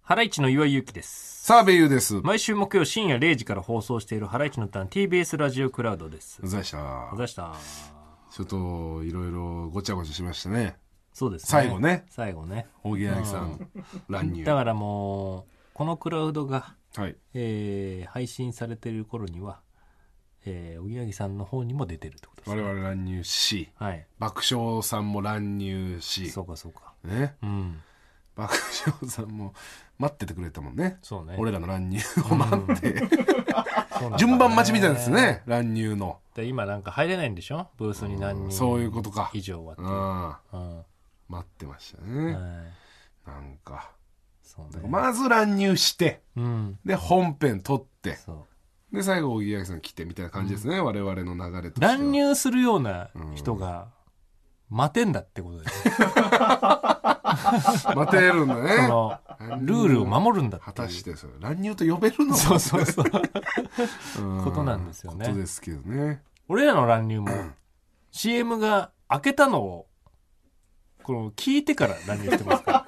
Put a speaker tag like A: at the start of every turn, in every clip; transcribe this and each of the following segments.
A: ハライチの岩井ゆきです。
B: 澤部優です。
A: 毎週木曜深夜0時から放送しているハライチのターン TBS ラジオクラウドです。
B: お疲れ様でした
A: お。ざした。
B: ちょっと、いろいろごちゃごちゃしましたね。
A: そうですね。
B: 最後ね。
A: 最後ね。
B: 大木柳さん、乱入。
A: だ
B: は
A: からもう、このクラウドが、
B: い。
A: えー配信されてる頃には、えー、おぎやぎさんの方にも出てるってことです。
B: 我々乱入し、
A: はい。
B: 爆笑さんも乱入し
A: そ、うかそうか。
B: ね。
A: うん。
B: 爆笑さんも待っててくれたもんね。
A: そうね。
B: 俺らの乱入を待って、
A: そうなんだね
B: 順番待ちみたいです。ね、乱入の。
A: で今なんか入れないんでしょブースに何人
B: そういうことか
A: 以上はって
B: う
A: い
B: ん。
A: う。
B: 待
A: うん。は
B: ってましたね。
A: い。
B: なんか。
A: そうね。
B: まず乱入して、
A: うん。
B: で、本編撮って、
A: そう。
B: で、最後、大木柳さん来てみたいな感じですね。我々の流れとしては。
A: 乱入するような人が待てんだってことですね。
B: 待てるんだ
A: そ。
B: ね
A: のルールを守るんだっていう
B: 果たしてそれ乱入と呼べるの
A: そうそうそう。
B: うん
A: ことなんですよね
B: ことですけどね。
A: 俺らの乱入も CM が開けたのをこの聞いてから乱入してますから。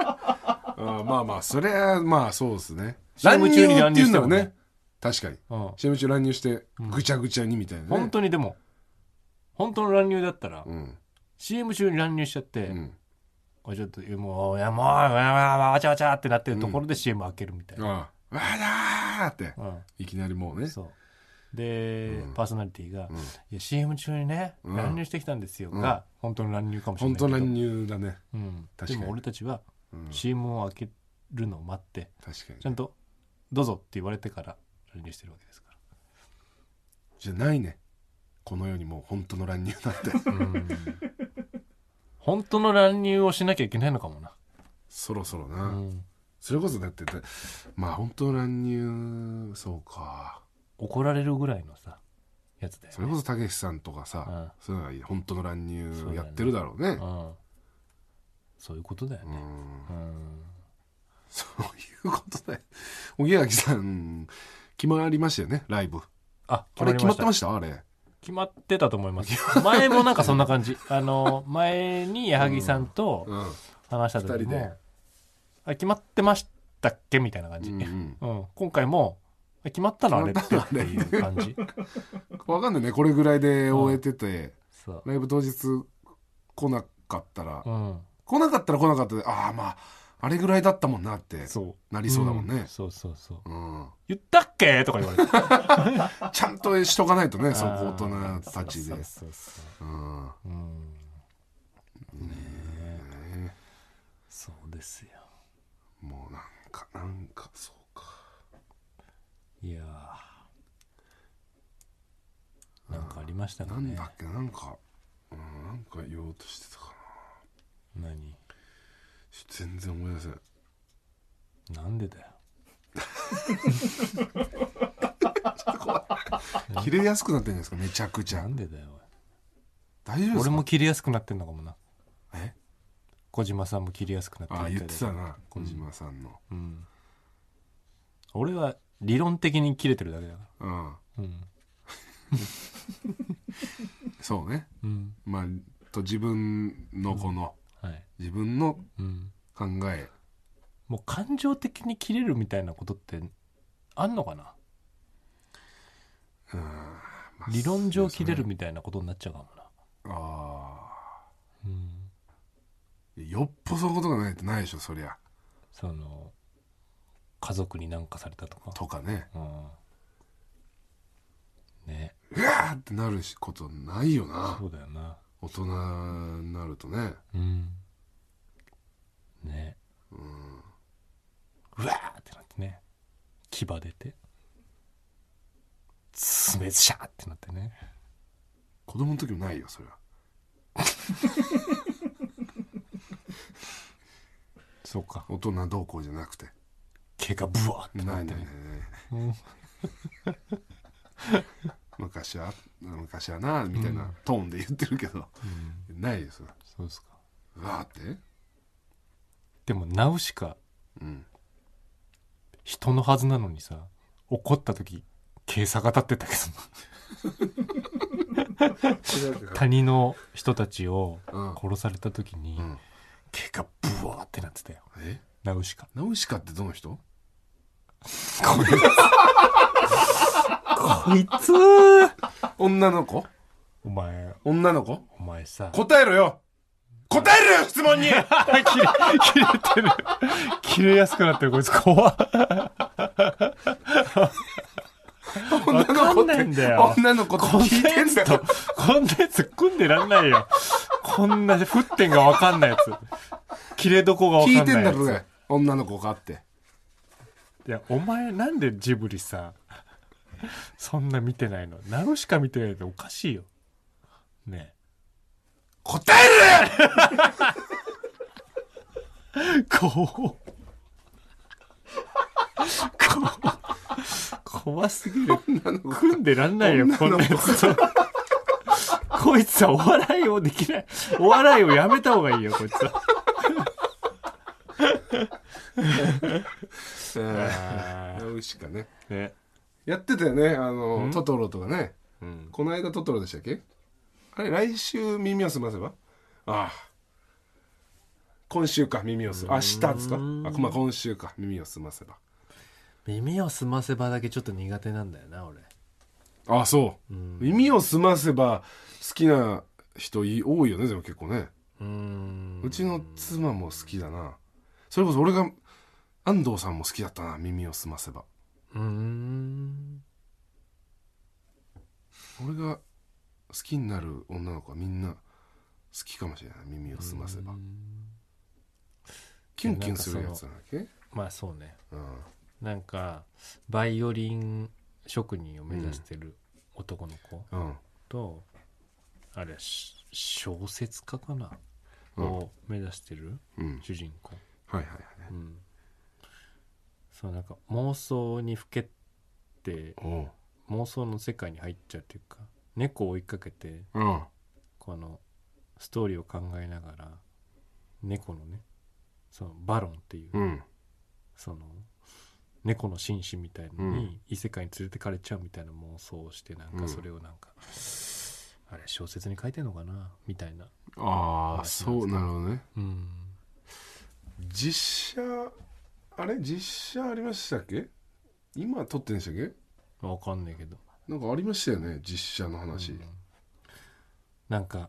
B: あーまあまあ、それはまあそうですね。乱
A: CM 中
B: 入っ
A: に
B: て
A: 乱入
B: い
A: し
B: う
A: て
B: んだ
A: も
B: も
A: ね
B: ね。確かに。
A: うん、
B: CM 中乱入して、ぐちゃぐちゃにみたいなね。
A: 本当にでも、本当の乱入だったら、
B: うん。
A: CM 中に乱入しちゃって、
B: うん。
A: これちょっと、もう、いや、もう、わわわわちゃわちゃってなってるところで CM 開けるみたいな。
B: ああ。わだーって
A: う、ん
B: いきなりもうね。
A: そうで、
B: うん
A: パーソナリティが、
B: うん
A: いや CM 中にね、
B: うん
A: 乱入してきたんですよが、本当の乱入かもしれな
B: 本
A: いけど
B: 当乱入だね。
A: うん、
B: 確
A: で
B: かに
A: も俺たちは
B: うん。
A: CM を開けるのを待って
B: 確かに
A: ちゃ。んと「どうぞ」って言われてから乱入してるわけですか
B: じゃないね。この世にもう本当の乱入なんて。
A: ら、うん、本当の乱入をしなきゃいけないのかもな、
B: そろそろ
A: う
B: な。
A: ん、
B: それこそだって、まあ本当の乱入、そうか。
A: 怒られるぐらいのさやつだよ
B: それこそたけしさんとかさ、
A: うん
B: そういうのが本当の乱
A: そうだ
B: 入
A: ね
B: やってるだろうね。
A: うん、そういうことだよ
B: う
A: ね、
B: ん
A: うん、
B: そういうことだよ。おぎやはぎさん、決まりましたよね、ライブ。
A: あ
B: あれ決まってま
A: し
B: したあれ。
A: た決まってたと思います前もなんかそんな感じあの前に矢作さんと
B: うん。
A: 話した
B: 二
A: 時
B: 人で
A: も「あ決まってましたっけ?」みたいな感
B: う
A: じ、
B: ん
A: うん、今回もあ決まったのあれって
B: 決まったのあれ
A: いう感 じ
B: うん、わかんないね、これぐらいで終えてて、
A: そう、
B: ライブ当日来なかったら、
A: うん、
B: 来なかったら来なかったで、ああまあ、あれぐらいだったもんなって、
A: そう
B: なりそうだもんね
A: んそうそうそう
B: うん、
A: 言ったっけとか言われて
B: ちゃんとしとかないとね、 そう
A: あ
B: 大
A: ー
B: 人たちで
A: そう。そうそう
B: うん
A: そううんねえ
B: ね
A: そうですよ
B: もうなんか、なんか、そうか。
A: いやーなんかありました
B: な
A: か
B: ん
A: ね
B: だっけなんか、うん、なんか言おうとしてたかな
A: 何
B: ちょ全然思い出せない
A: なんでだよ
B: 切れやすくなってるんじゃないですかめちゃくち
A: な
B: ゃ
A: んでだよ
B: 大丈
A: おい
B: 夫ですか
A: 俺も切りやすくなってんのかもな
B: え
A: 小島さんも切りやすくなってる
B: あ
A: み
B: 言った
A: いだ
B: て
A: けど
B: たな小島さんの
A: うん、俺は理論的に切れてるだけだか
B: うん、
A: らうん、
B: そうね
A: うん、
B: まあと自分のこの、
A: はい、
B: 自分の
A: うん、
B: 考え
A: もう感情的に切れるみたいなことってあんのかな、
B: うんまあ
A: 理論上
B: そう
A: 切
B: で
A: れ
B: すね
A: るみたいなことになっちゃうかもな
B: あ
A: うん
B: あよっぽそういうことがないとないでしょそりゃ
A: その家族になんかされたとか
B: とかね
A: うんね
B: うわーってなることないよな
A: そうだよな
B: 大人になるとね
A: うんねうわーってなってね牙出てすべしゃーってなってね
B: 子供の時もないよそれは
A: そうか
B: 大人どうこうじゃなくて
A: 毛がブワーって
B: な
A: なっ
B: いな
A: て
B: いない
A: ね
B: ない
A: うん
B: 昔は昔はなみたいなトーンで言ってるけど、
A: うん
B: ないですよ
A: そうですか
B: うわーって
A: でもナウシカ
B: うん
A: 人のはずなのにさ怒った時軽さが立ってたけどな他人の人たちを
B: うん
A: 殺された時に
B: うん
A: 毛がブワーってなってたよ
B: え
A: ナウシカ
B: ナウシカってどの人
A: こいつ
B: 女の子
A: お前、
B: 女の子
A: お前さ。
B: 答えろよ答えろよ質問に
A: 切れ、切れてる。切れやすくなってる、こいつ怖っ
B: 女の子
A: わか
B: っ
A: んないんだ
B: て、
A: よ
B: 女の子って
A: こんな
B: 聞いて
A: や
B: ん
A: つ
B: だ
A: と
B: よ。、
A: こんなやつ組んでらんないよ。こんな沸点がわかんないやつ。切れどこがわかん
B: 聞
A: ない
B: いてんだろ、
A: や
B: ね、女の子があって。
A: つ。いや、お前なんでジブリさ、そんな見てないのナウシカ見てないっておかしいよ。ね
B: 答えろよ
A: え。こう。こう。怖すぎる。組んでらんないよ、こんなやつと。 こいつはお笑いをできない。お笑いをやめた方がいいよ、こいつは。
B: ナウシカね。
A: ね。
B: やってたよね、あの、トトロとかね。
A: うん。
B: この間トトロでしたっけあれ、来週耳を澄ませばああ。今週か、耳をす。明日ですかあ、まあ今週か、耳を澄ませば。
A: 耳をすませばだけちょっと苦手なんだよな、俺。
B: ああ、そう。耳を澄ませば好きな人い多いよね、でも結構ね。
A: うーん。
B: うちの妻も好きだな。それこそ俺が、安藤さんも好きだったな、耳を澄ませば。
A: うーん。
B: 俺が好きになる女の子はみんな好きかもしれない耳を澄ませばキュンキュンするやつなんだっけ
A: まあそうね。
B: うん
A: なんか、バイオリン職人を目指してる男の子
B: うん
A: と、あれ、し小説家かな、
B: うん
A: を目指してる
B: うん
A: 主人公。
B: はいはいはい
A: うん。そう、なんか妄想にふけって、
B: おう
A: 妄想の世界に入っちゃうというか、猫を追いかけて、
B: うん
A: このストーリーを考えながら猫のねそのバロンっていう、
B: うん
A: その猫の紳士みたいの
B: う
A: に異世界に連れてかれちゃうみたいな妄想をしてなん
B: う
A: か
B: ん
A: それをなんか、あれ小説に書いてんのかなみたいな
B: ああそうなるほどね
A: うん
B: 実写あれ実写ありましたっけ今撮ってんでしたっけ
A: わかんないけど、
B: なんかありましたよね実写の話
A: うんなんか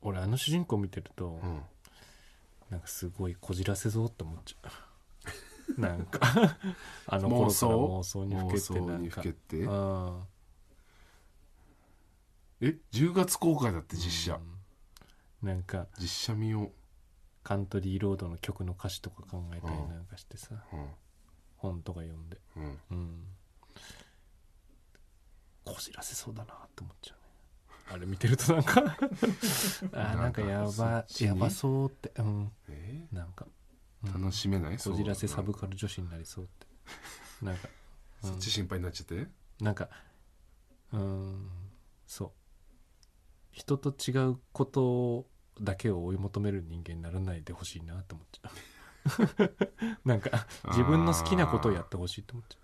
A: 俺あの主人公見てると、
B: うん
A: なんかすごいこじらせそうって思っちゃ うなんかあの頃から
B: 妄想
A: 妄想にふ
B: 妄
A: けて
B: 想
A: な
B: に
A: ん
B: ふ
A: か
B: けて
A: うん
B: え10月公開だって実写
A: うんなんか
B: 実写見よ
A: カントリーロードの曲の歌詞とか考えたりなんかしてさ、
B: う
A: 本とか読んで
B: うんうん
A: うんこじらせそうだなって思っちゃうねあれ見てるとなん かあーなんかや
B: そ
A: ば
B: っちに
A: やばそうってうん
B: え
A: なんか、うん
B: ー楽しめない
A: こじらせサブ
B: そ
A: カル女子になりそうって なんか、
B: うだなそっち心配になっちゃって
A: なんかうーんそう人と違うことだけを追い求める人間にならないでほしいなと思っちゃう なんか
B: あー
A: 自分の好きなことをやってほしいと思っちゃ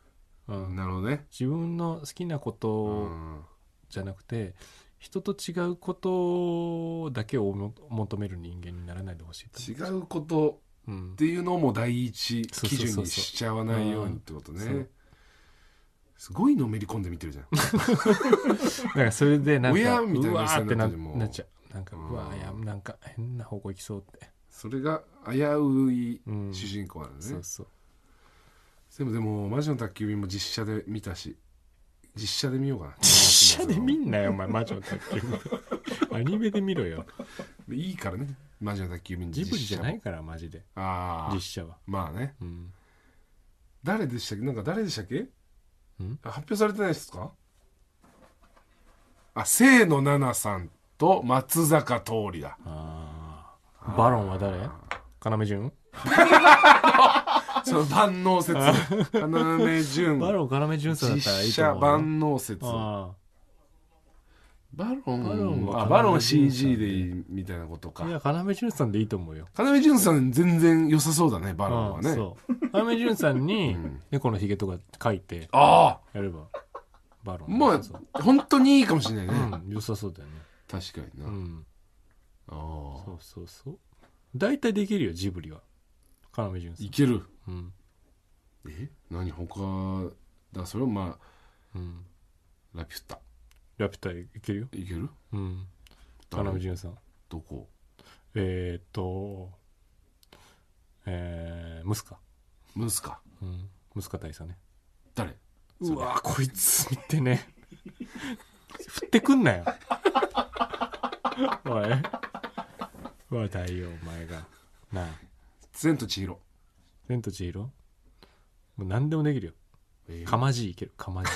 A: う、うん、
B: なるほどね。
A: 自分の好きなこ
B: う
A: と
B: ん
A: じゃなくて人と違うことだけを追い求める人間にならないでほしいと
B: 違うこと
A: 思う、うん
B: っ、ていうのも第一
A: そう
B: 基
A: そうそうそう
B: 準にしちゃわないようにってこと
A: うんそう
B: ね。すごいのめり込んで見てるじゃん。
A: だからそれでなんか
B: 親みたいうな
A: わ
B: 人
A: ーっ
B: に
A: て
B: な
A: な
B: った時も
A: なっちゃうなんか
B: うん
A: うわーやなんか変な方向行きそうって、
B: それが危うい
A: うん、
B: 主人公なの
A: そ
B: ね
A: う。そう
B: でもでもマジの宅急便も実写で見たし、 実写で見ようかな。
A: 実写で見んなよお前魔女の宅急 便アニメで見ろよ
B: いいからね。マジの宅急便
A: ジブリじゃな
B: 実写も
A: いからマジで
B: ああ
A: 実。写は
B: まあね。
A: うん
B: 誰でしたっけなんか誰でしたっけ
A: ん
B: 発表されてないですかあ、清野菜名さんと松坂桃李だ。
A: あーバロンは誰要潤
B: その万能説。要潤。
A: バロン要潤さんだったらいい
B: 実
A: と
B: 写
A: 思うよ
B: 万能説。バ
A: あ
B: ロン。
A: バロンは
B: あ、バロン
A: 要潤さん
B: CG でいいみたいなこと
A: あい
B: か。
A: や要潤さんでいいと思うよ
B: 要潤さん全然良さそうだね、バロンは
A: う
B: ね。
A: んそう要潤さんに
B: うん
A: 猫のひげとか書いて
B: あ
A: やればバロ
B: あ、
A: ン
B: も
A: 良
B: う
A: さそう
B: 本当にいいかもしれないね。
A: うん良さそうだよね
B: 確かにな。
A: うん
B: ああ
A: そ、うそうそう大体できるよジブリは要潤さん
B: いける。
A: うん
B: え何他だそれはまあ
A: うん、
B: ラピュタ
A: ラピュタいけるよ、
B: いける
A: うん、田
B: 誰
A: 中潤さん
B: どこ
A: えー、っとえー、ムスカ、
B: ムスか
A: うん、ムスカ大佐ね
B: 誰
A: うわーこいつ見てね振ってくんなよ おいおい太陽お前がなあ
B: 千と千尋
A: 「千と千尋」もう何でもできるよ
B: えー
A: かまじいいけるかまじい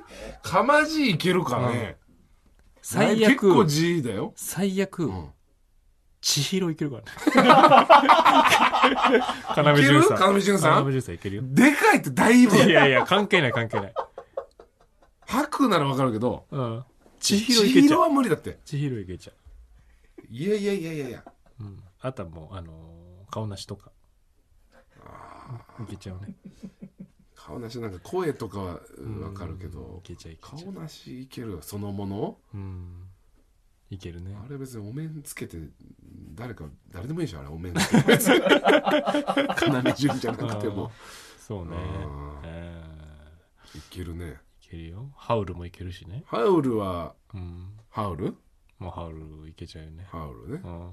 B: かまじいいけるかね
A: 最
B: 結構
A: 悪
B: G だよ
A: 最悪
B: うん
A: 千尋いける からね要
B: いける
A: 潤さん
B: 要潤さ
A: 要
B: ん
A: 潤さんいけるよ
B: でかいってだいぶ
A: いやいや関係ない関係ない
B: 白ならわかるけど
A: うん千尋いけち
B: 千尋
A: ゃう
B: は無理だって
A: 千尋いけちゃ
B: いやいやいやいやいや
A: う、うん、あとはもうあのー顔なしとかいけちゃうね
B: 顔なしなんか声とかはうんわかるけ
A: うんい
B: ど
A: けちゃういけちゃ
B: 顔
A: う
B: なしいけるそのもの
A: うんいけるね
B: あれ別にお面つけて誰か誰でもいいでしょあれ お面つけて別に要潤じゃなくても
A: そうね
B: あ
A: え
B: いけるね
A: ーいけるよハウルもいけるしね
B: ハウルは
A: うん
B: ハウル
A: もうハウルいけちゃうよね
B: ハウルね
A: うん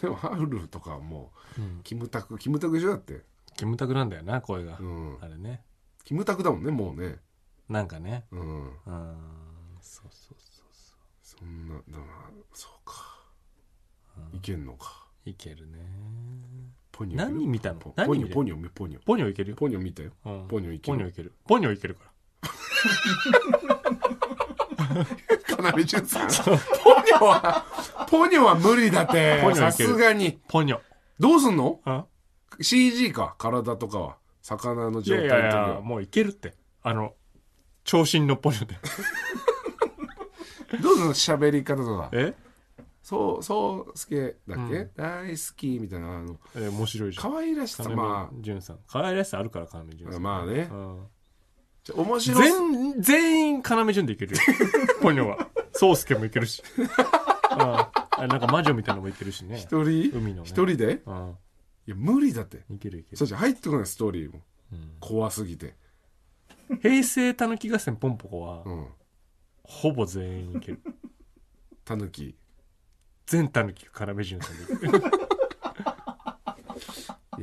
B: でもハウルとかはも
A: う
B: うんキムタクキムタクでしょだって
A: キムタクなんだよな声が
B: うん
A: あれね
B: キムタクだもんねもうね
A: なんかね
B: うん
A: うんそうそうそうそ
B: そんなだからそうか
A: ううん
B: いけんのか
A: いけるね
B: ポニョいける
A: 何見たの
B: ポポ
A: 何
B: ニ
A: 見
B: ョ
A: た
B: ポニョポニョ
A: ポニョいけるよ
B: ポニョ見たよ
A: うん
B: ポニョいけ
A: ポニョ
B: る
A: いけるポニョいけるから
B: かなりじゅんさ んポニョはポニョは無理だって
A: ポニョ
B: さ
A: いける
B: すがに
A: ポニョ
B: どうすんの
A: あ
B: CG か体とかは魚の
A: い
B: 状
A: や
B: 態
A: い
B: とか
A: やいやもういけるってあの長身のポニョで
B: どうすんの喋り方とか
A: え
B: そうそうすけだっけ、
A: うん
B: 大好きみたいなあの
A: え面白いじゃん
B: 可愛らしさま
A: 要潤さん可愛らしさあるから要潤
B: あ
A: さん
B: まあね
A: うん
B: ちょ面白い
A: 全全員要潤でいけるよ ポニョは宗介もいけるしああなんか魔女みたいなのもいけるしね
B: 一人
A: 海のね
B: 一人で
A: あ
B: いや無理だって
A: いけるいけ
B: そ
A: る
B: うじゃ入ってこないストーリーも
A: うん
B: 怖すぎて
A: 平成たぬき合戦ポンポコは
B: うん
A: ほぼ全員い ける
B: タヌキ
A: 全たぬきが要潤さんでいける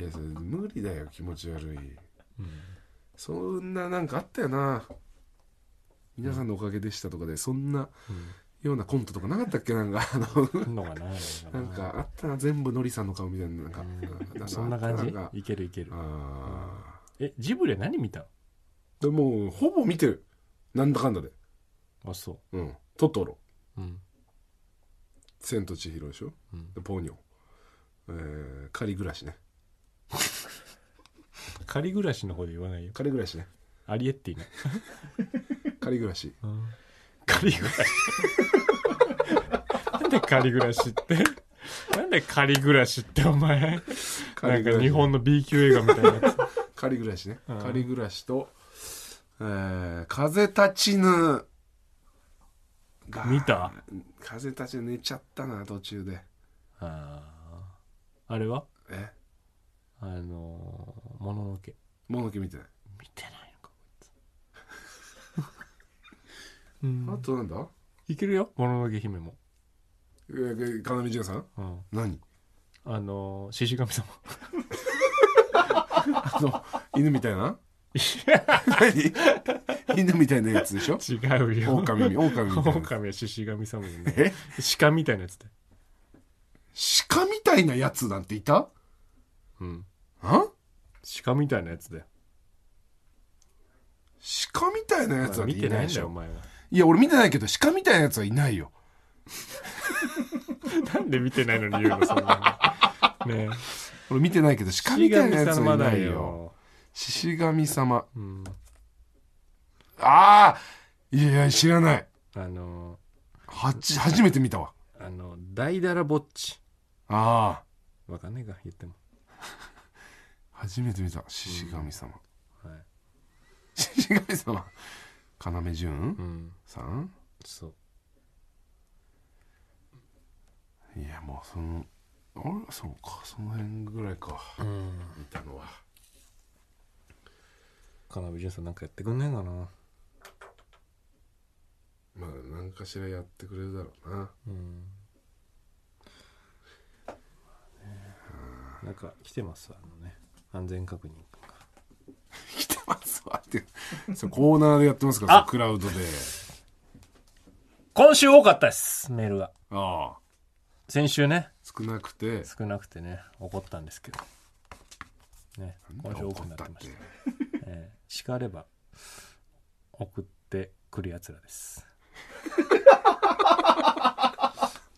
B: いやそれ無理だよ気持ち悪い
A: うん
B: そんななんかあったよな皆さんのおかげでしたとかでそんなようなコントとかなかったっけなんかあの
A: うんのがな
B: なんかあったな全部のりさんの顔みたいななんか
A: うんそんな感
B: あっ
A: じ
B: たか
A: いけるいける
B: あ
A: えジブリは何見たの
B: ーでもほぼ見てるなんだかんだで
A: あそ
B: うんトトロ
A: ううん
B: 千と千尋でしょ
A: うん
B: でポニョえー、仮暮らしね
A: 仮暮らしの方で言わないよ
B: 仮暮らしね
A: アリエッティね
B: 仮暮らし
A: 仮暮らしなんで仮暮らしってなんで仮暮らしってお前な
B: 仮
A: ん
B: 暮ら
A: か
B: し
A: 日本の B 級映画みたいな やつ
B: 仮暮らしね
A: うん
B: 仮暮らしと、えー、風立ちぬが
A: 見た
B: 風立ちぬ寝ちゃったな途中で
A: あーあれは
B: え
A: あのーもののけ
B: もののけ見てない、
A: 見てないのかこいつうん
B: あとなんだ
A: いけるよもののけ姫も、
B: えー要潤さん
A: うん、
B: 何
A: あのー獅子神様
B: あの犬みたいな何犬みたいなやつでしょ
A: 違うよ
B: 狼み狼みたいな
A: 狼は獅子神様じゃない
B: え
A: 鹿みたいなやつだよ
B: 鹿みたいなやつなんていた
A: うん
B: あ
A: 鹿みたいなやつだよ
B: 鹿みたいなや
A: ま
B: つな
A: あ
B: んて
A: 見て
B: い
A: な
B: な
A: い
B: いで
A: んだ
B: し
A: よお
B: ょ
A: 前はい
B: や俺見てないけど鹿みたいなやつはいないよ
A: なんで見てないのに言うのそんなのねえ
B: 俺見てないけど鹿みたいなやつはいないよ獅子神様
A: うん
B: ああいやいや知らない
A: あの
B: はち初めて見たわ
A: あの大だらぼっち
B: ああ
A: わかんねえか言っても
B: 初めて見た獅子神様
A: はい
B: 獅子神様要潤
A: うん
B: さん
A: そう
B: いやもうそのあれそうかその辺ぐらいか
A: うん
B: 見たのは
A: 田辺潤さんなんかやってくんないかな
B: まあ何かしらやってくれるだろうな
A: うんなんか来てますあのね安全確認が
B: 来てますわ ってそうコーナーでやってますから
A: あ
B: クラウドで
A: 今週多かったですメールが
B: ああ
A: 先週ね
B: 少なくて
A: 少なくてね怒ったんですけどね今週多くなってましたえー叱れば送ってくるやつらです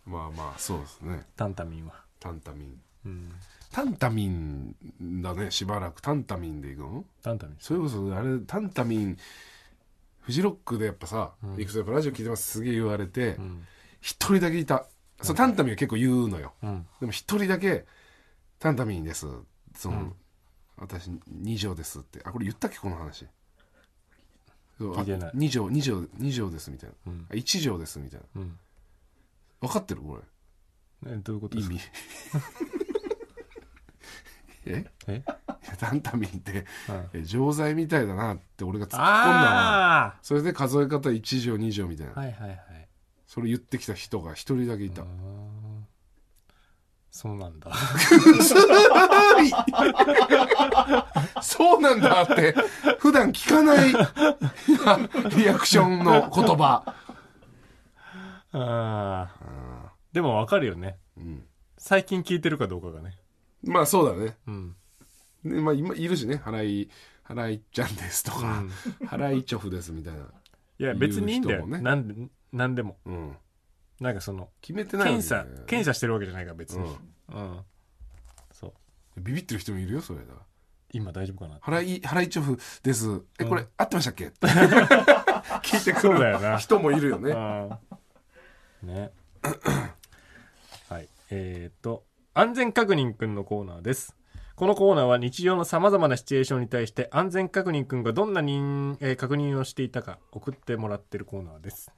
B: まあまあそうですね
A: タンタミンは、
B: タンタミン
A: うん、
B: タンタミンだねしばらくタンタミンでいくの
A: タンタミンです
B: それこそあれタンタミンフジロックでやっぱさ「いくつやっぱラジオ聞いてます」すげえ言われて
A: うん
B: 一人だけいたそうタンタミンは結構言うのよ
A: うん
B: でも一人だけ「タンタミンです」その、
A: うん
B: 私2条ですってあこれ言ったっけこの話そう
A: 聞いてない
B: 2条2条2条ですみたいな、
A: うん
B: あ1条ですみたいな
A: うん
B: 分かってるこ
A: えどういうこと
B: れ
A: で
B: 意
A: すか
B: 味え
A: え
B: いやタンタミンって
A: うん
B: え錠剤みたいだなって俺が突っ込んだな
A: あ
B: それで数え方1条2条みたいな、
A: あはいはいはい
B: それ言ってきた人が一人だけいた、
A: あーそうなんだ
B: そうなんだって普段聞かない リアクションの言葉
A: あーでもわかるよね
B: うん
A: 最近聞いてるかどうかがね
B: まあそうだね
A: うん
B: でまあ今いるしね「払い払いちゃんです」とか「払いちょふです」みたいな、
A: いや別にいいんだ
B: 言
A: よ、
B: う人もね
A: なんでなんでも
B: うん、
A: なんかその
B: 決めてない
A: 検査検
B: 査、
A: 査してるわけじゃないから別に
B: う、
A: うん、そうん
B: ビビってる人もいるよそれだ
A: 今大丈夫かな
B: 払い払いちょふですえこれ、
A: うん
B: 合ってました っけ聞いてく
A: そうだ
B: る
A: よな
B: 人もいるよね
A: うんね はいえー、と安全確認くんのコーナーですこのコーナーは日常のさまざまなシチュエーションに対して安全確認くんがどんな認、えー確認をしていたか送ってもらってるコーナーです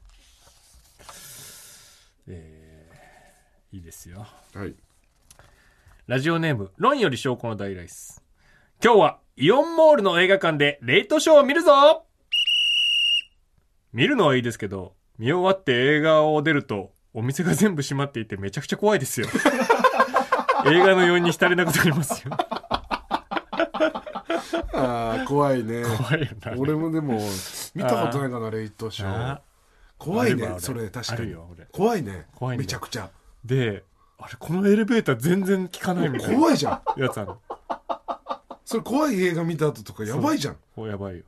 A: えーいいですよ
B: はい
A: ラジオネーム論より証拠の大ライス今日はイオンモールの映画館でレイトショーを見るぞ見るのはいいですけど見終わって映画を出るとお店が全部閉まっていてめちゃくちゃ怖いですよ 映画の余韻に浸れなくなりますよ
B: ああ怖いね
A: 怖いよな
B: 俺もでも見たことないかなレイトショー
A: な
B: 怖いね
A: あるわ俺
B: それ確か
A: ある
B: に
A: よ俺
B: 怖いね
A: 怖いんだよ
B: めちゃくちゃ
A: であれこのエレベーター全然効かないみたい
B: 怖いじゃん
A: なやつある
B: それ怖い映画見た後とかやばいじゃん
A: おやばいよ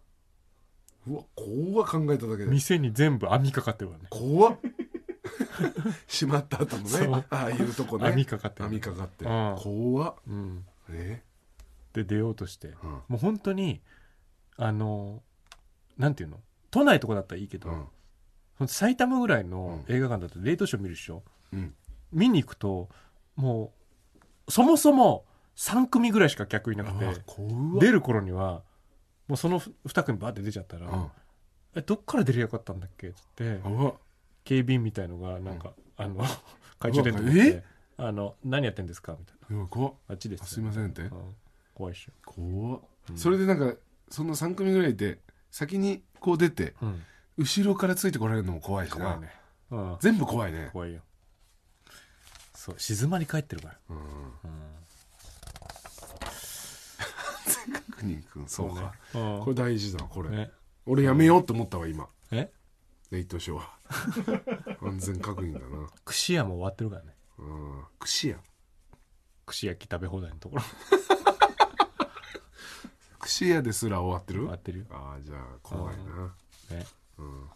B: うわ怖考えただけで
A: 店に全部網かかってるわね
B: 怖っ 閉まった後の
A: そ
B: ね
A: う
B: ああいうとこね
A: 網かかってる
B: 網かかって
A: うん
B: 怖っ
A: うん
B: え
A: で出ようとして
B: うん
A: もう本当にあのなんていうの都内とかだったらいいけど、
B: うん
A: ほんと埼玉ぐらいの映画館だとレイトショー見るでしょ
B: うん
A: 見に行くともうそもそも3組ぐらいしか客いなく
B: あ
A: て
B: 怖っ
A: 出る頃にはもうその2組バーって出ちゃったら「
B: うん
A: えどっから出りゃよかったんだっけ?」っつって
B: うわ
A: 警備員みたいのがなんか、あの 会長で
B: うわ
A: って「あの何やってんですか?」みたいな
B: うわ怖っ
A: 「あっちで
B: あ
A: す」
B: すいませんって
A: うん怖いっしょ、
B: 怖っ
A: うん
B: それでなんかその3組ぐらいで先にこう出て
A: うん、
B: 後ろからついてこられるのも怖いし
A: 怖い
B: な
A: ね、うん、
B: 全部怖いね
A: 怖いよそう静まり返ってるから、
B: うん
A: うん、
B: 確認君そうか
A: うん
B: これ大事だこれ
A: ね
B: 俺やめようと思ったわ今
A: え
B: レイトショーは 安全確認だな
A: 串屋も終わってるからね
B: うん串屋
A: 串焼き食べ放題のところ
B: 串屋ですら終わって
A: 終
B: る
A: わってるよ、
B: ああじゃあ怖いな
A: ね、
B: うん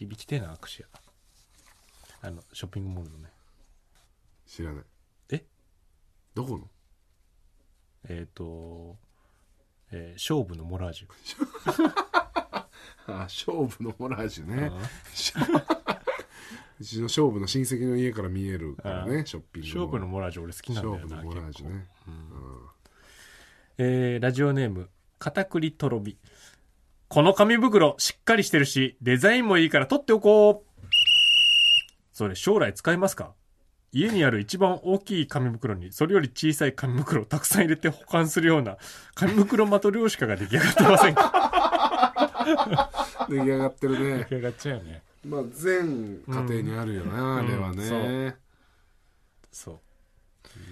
A: いびきてえな串屋あのショッピングモールのね
B: 知らない
A: え
B: どこの
A: えっ、と、えー勝負のモラージ
B: あ勝負のモラージュ
A: ュ、
B: ね
A: うん
B: うちの勝負の親戚の家から見えるから
A: あ
B: ねショッピング
A: 勝負の
B: モ
A: モラージュ俺好き
B: ラ
A: なんだよ
B: 勝
A: な
B: 負のモラージュ
A: 結構
B: ね
A: えーラジオネーム片栗とろびこの紙袋しっかりしてるしデザインもいいから取っておこうそれ将来使いますか家にある一番大きい紙袋にそれより小さい紙袋をたくさん入れて保管するような紙袋マトリョーシカが出来上がってませんか
B: 出来上がってるね
A: 出来上がっちゃうよね
B: まあ全家庭にあるよな、
A: うん
B: あれはね、
A: うんそうそう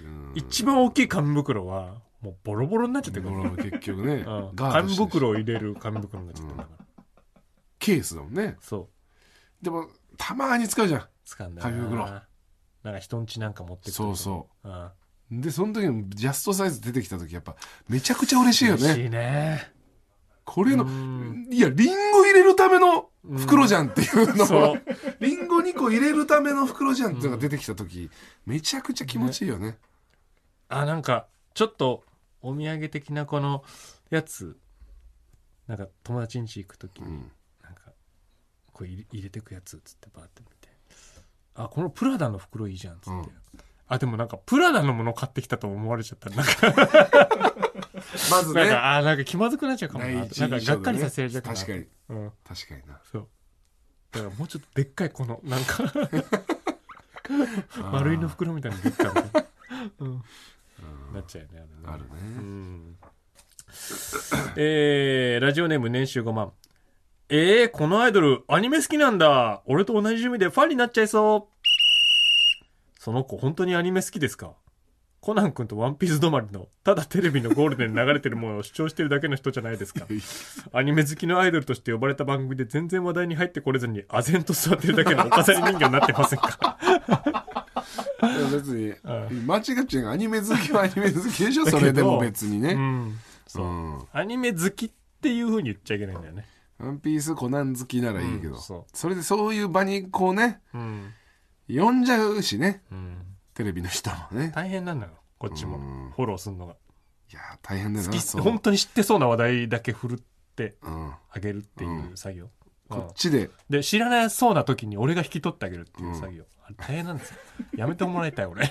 B: うん
A: 一番大きい紙袋はもうボロボロになっちゃってるから
B: 俺も結局ね
A: うん
B: ガード
A: 紙
B: してるし
A: 袋を入れる紙袋になっちゃったんだから、
B: ケースだもんね
A: そう
B: でもたまに使うじゃん
A: 掴んだな
B: 紙袋
A: なんか人んちなんか持ってく
B: そうそう
A: うん
B: うでその時にジャストサイズ出てきた時やっぱめちゃくちゃ嬉しいよ
A: 嬉
B: ね
A: しいね
B: これの
A: うん
B: いやリンゴ入れるための袋じゃんっていう の
A: そ
B: は
A: う
B: リンゴ2個入れるための袋じゃんっていうのが出てきた時めちゃくちゃ気持ちいいよね
A: あなんかちょっとお土産的なこのやつなんか友達ん家行く時
B: う
A: に、
B: ん
A: なんかこう入れ入れてくやつっつってバーって見てあこのプラダの袋いいじゃんっつって、
B: うん
A: あでもなんかプラダのもの買ってきたと思われちゃったらなんか
B: まず
A: なん
B: ね
A: かあーなんか気まずくなっちゃうかもな、
B: 第
A: なん
B: 一印
A: かが
B: 象でね
A: っかりさせられちゃうかな
B: 確かに
A: うん
B: 確かにな
A: そうだからもうちょっとでっかいこのなんか
B: あー
A: 丸いの袋みたいなのでっ かいみたいな、うん、
B: うん
A: なっちゃうよねあれね
B: ある
A: う
B: ね
A: んえーラジオネーム年収5万えー、このアイドルアニメ好きなんだ俺と同じ趣味でファンになっちゃいそうその子本当にアニメ好きですかコナン君とワンピース止まりのただテレビのゴールデンに流れてるものを主張してるだけの人じゃないですかアニメ好きのアイドルとして呼ばれた番組で全然話題に入ってこれずに唖然と座ってるだけのお飾り人形になってませんか
B: いや別に間違っちゃうがアニメ好きはアニメ好 きでしょそれでも別に
A: う
B: ね
A: ん
B: う
A: そうんアニメ好きっていう風に言っちゃいけないんだよね
B: ワンピースコナン好きならいいけど
A: うんそ
B: それでそういう場にこうね
A: うん、
B: 呼んじゃうしね
A: うん
B: テレビの人もね
A: 大変なんだよこっちも
B: うん
A: フォローするのが
B: いやー大変だよ
A: 好
B: な
A: き
B: そう
A: 本当に知ってそうな話題だけ振るって
B: うん
A: あげるっていう作業、うん
B: こっちで
A: で知らなそうな時に俺が引き取ってあげるっていう作業、あれ大変なんですよやめてもらいたい 俺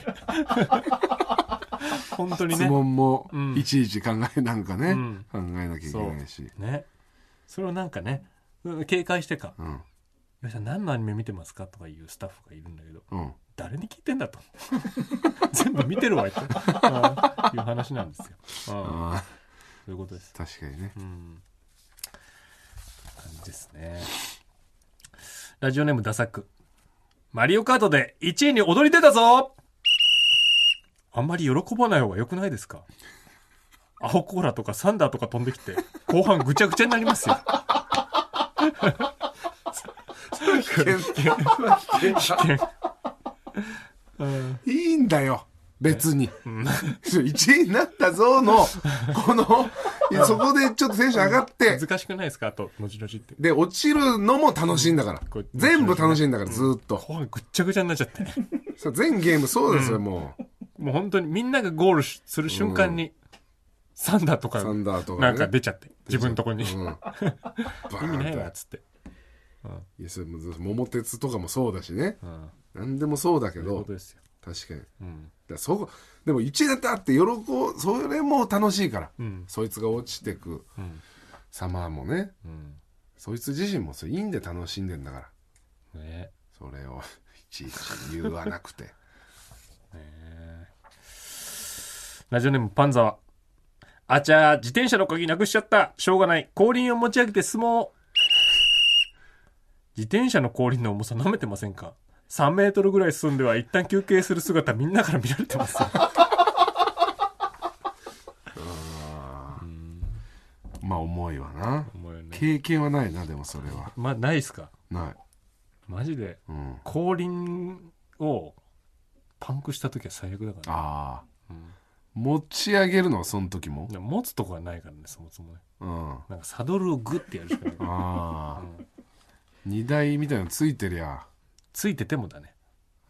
A: 本当に
B: 質
A: ね
B: 問も
A: うん
B: いちいち考えなんかね、
A: うん
B: 考えなきゃいけないし
A: ねそれをなんかねうん警戒してか
B: う、
A: 「
B: ん
A: よしさん何のアニメ見てますか?」とかいうスタッフがいるんだけど
B: うん、
A: 誰に聞いてん だと全部見てるわいって、うんいう話なんですよ、うんそ
B: あ
A: ういうことです
B: ー確かにね
A: うん感じですねラジオネームダサクマリオカートで1位に踊り出たぞあんまり喜ばない方が良くないですかアホコーラとかサンダーとか飛んできて後半ぐちゃぐちゃになりますようん
B: いいんだよ別に、1位になったぞのこのいやそこでちょっとテンション上がって
A: 難しくないですかあと後々って
B: で落ちるのも楽しいんだから
A: これ
B: 全部楽しいんだからずーっと
A: 後半ぐっちゃぐちゃになっちゃって
B: そう全ゲームそうですよ、もう
A: もう本当にみんながゴールしする瞬間に、サンダーとか
B: サンダーとかね
A: なんか出ちゃって、自分のとこに。
B: うん、
A: 意
B: バ
A: 味
B: ー
A: な
B: ン
A: い
B: と
A: わ、っつって。
B: いやそれも桃鉄とかもそうだしね
A: うん。
B: 何でもそうだけ
A: そういうこ
B: ど
A: とですよ。
B: 確かに
A: うん。
B: だそこでも1位だったって喜ぶそれも楽しいから、
A: うん。
B: そいつが落ちてく
A: うん。
B: 様もね
A: うん。
B: そいつ自身もそれいいんで楽しんでんだから
A: ね
B: それを いちいち言わなくて
A: え。ねえ。ラジオネームパンザワ。あちゃー、自転車の鍵なくしちゃった。しょうがない。後輪を持ち上げて相撲。自転車の後輪の重さ舐めてませんか ?3 メートルぐらい進んでは一旦休憩する姿みんなから見られてますよ。
B: あ
A: うん。
B: ーまあ思いはな
A: 思うよね。
B: 経験はないなでもそれは
A: ま、ないっすか
B: ない
A: マジで
B: うんあ
A: 後輪をパンクした時は最悪だから、ね
B: あ
A: うん
B: 持ち上げるのその時も
A: いや、持つとこがないからねそもそもね
B: うんあ
A: なんかサドルをグッてやるしかない、
B: あ
A: うん
B: 荷台みたいなのついてりゃ
A: ついててもだね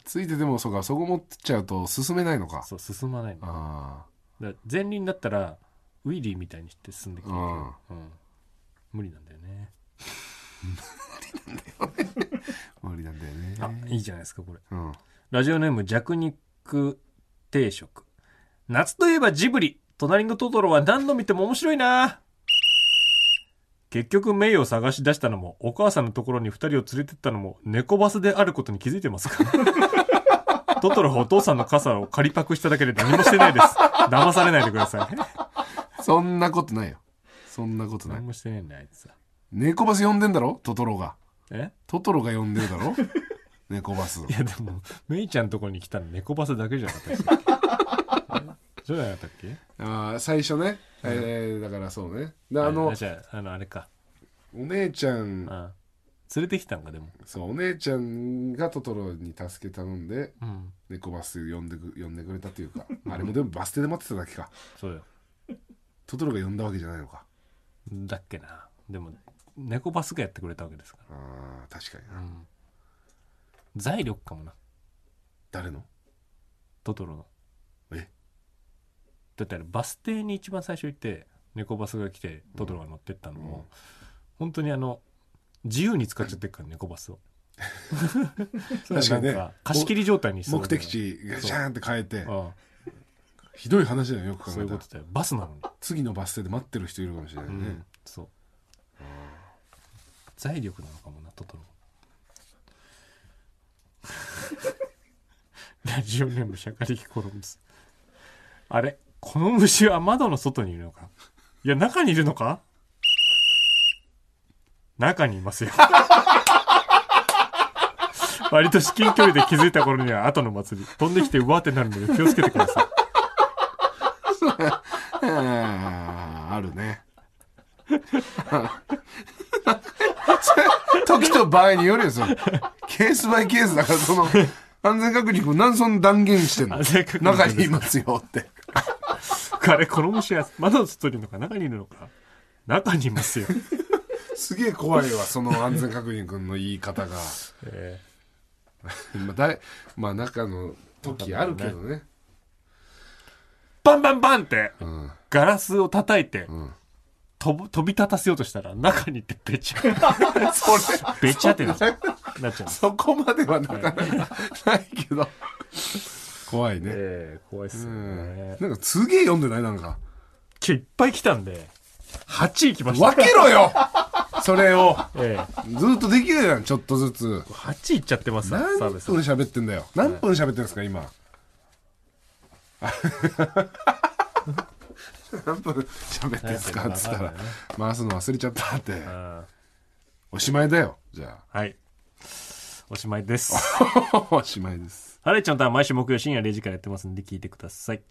B: ついててもそうかそこ持っちゃうと進めないのか
A: そう進まないのだか
B: あ
A: ら前輪だったらウィリーみたいにして進んでき
B: あ
A: て
B: う
A: るけ
B: ん
A: ど、うん、無理なんだよね
B: 無理なんだよね
A: あいいじゃないですかこれ
B: うん
A: ラジオネーム弱肉定食夏といえばジブリ隣のトトロは何度見ても面白いな結局メイを探し出したのもお母さんのところに2人を連れてったのも猫バスであることに気づいてますか トトロはお父さんの傘を借りパクしただけで何もしてないです騙されないでください
B: そんなことないよそんなことない
A: 何もしてないんだあいつは
B: 猫バス呼んでんだろトトロが
A: え
B: トトロが呼んでるだ ろ猫バス
A: いやでもメイちゃんとこに来たの猫バスだけじゃなかったっけそうじゃなかったっけ
B: あー最初ね、えーだからそうねであ
A: あ
B: の
A: のじゃああのあれか、
B: お姉ちゃん
A: あ連れてきたんかでも
B: そうお姉ちゃんがトトロに助け頼んで
A: うん
B: 猫バス呼んでく呼んでくれたとい うかあれもでもバス停で待ってただけか
A: そうよ
B: トトロが呼んだわけじゃないのか
A: だっけなでも猫バスがやってくれたわけですか
B: あー確かに
A: ら、
B: な
A: うん、財力かもな
B: 誰の
A: トトロの
B: え
A: だってあれバス停に一番最初行って猫バスが来てトトロが乗ってったのも、
B: うん
A: 本当にあの自由に使っちゃってるから猫バ スを
B: 確かにね
A: なん貸し切り状態にしそう
B: 目
A: だけど
B: 的地ガチャーンって変えて
A: あ
B: ひどい話だよよく
A: あそ
B: 考
A: うい
B: え
A: うこ
B: たら
A: とだよバスなのに、
B: 次のバス停で待ってる人いるかもしれな
A: う
B: いね
A: ん、そう財力なのかもなト トロラジオネームシャカリキコロンズあれこの虫は窓の外にいるのかいや中にいるのか中にいますよ 割と至近距離で気づいた頃には後の祭り飛んできてうわーってなるので気をつけてください
B: あーあるね 時と場合によるよそれケースバイケースだからその安全確認君何でそんな断言してんの
A: 安全確認
B: 中にいますよって
A: あれこの虫は窓の外にいるのか中にいるのか中にいますよ、
B: すげえ怖いわその安全確認君の言い方が
A: え
B: まあ誰まあ中の時あるけどね
A: ーバンバンバンって
B: うん
A: ガラスを叩いて、
B: ん
A: とぼ飛び立たせようとしたら中に行ってべちゃ
B: それ
A: べちゃってなっちゃうなっちゃう
B: そこまではなかなかないけど怖いね、
A: えー、怖いっすよね、
B: なんかすげえ読んでないなんか
A: 今日いっぱい来たんで8行きました、
B: 分けろよそれを
A: えー、
B: ずっとできるじゃんちょっとずつ
A: 8行っちゃってますわ
B: 何
A: 澤
B: 分
A: 部さん
B: 喋ってんだよ何分喋ってんですか今何分喋ってんすかっつったら回すの忘れちゃったって
A: あ
B: おしまいだよじゃ
A: ーはいおしまいです
B: あ おしまいです
A: ハライチのターン毎週木曜深夜0時からやってますんで聞いてください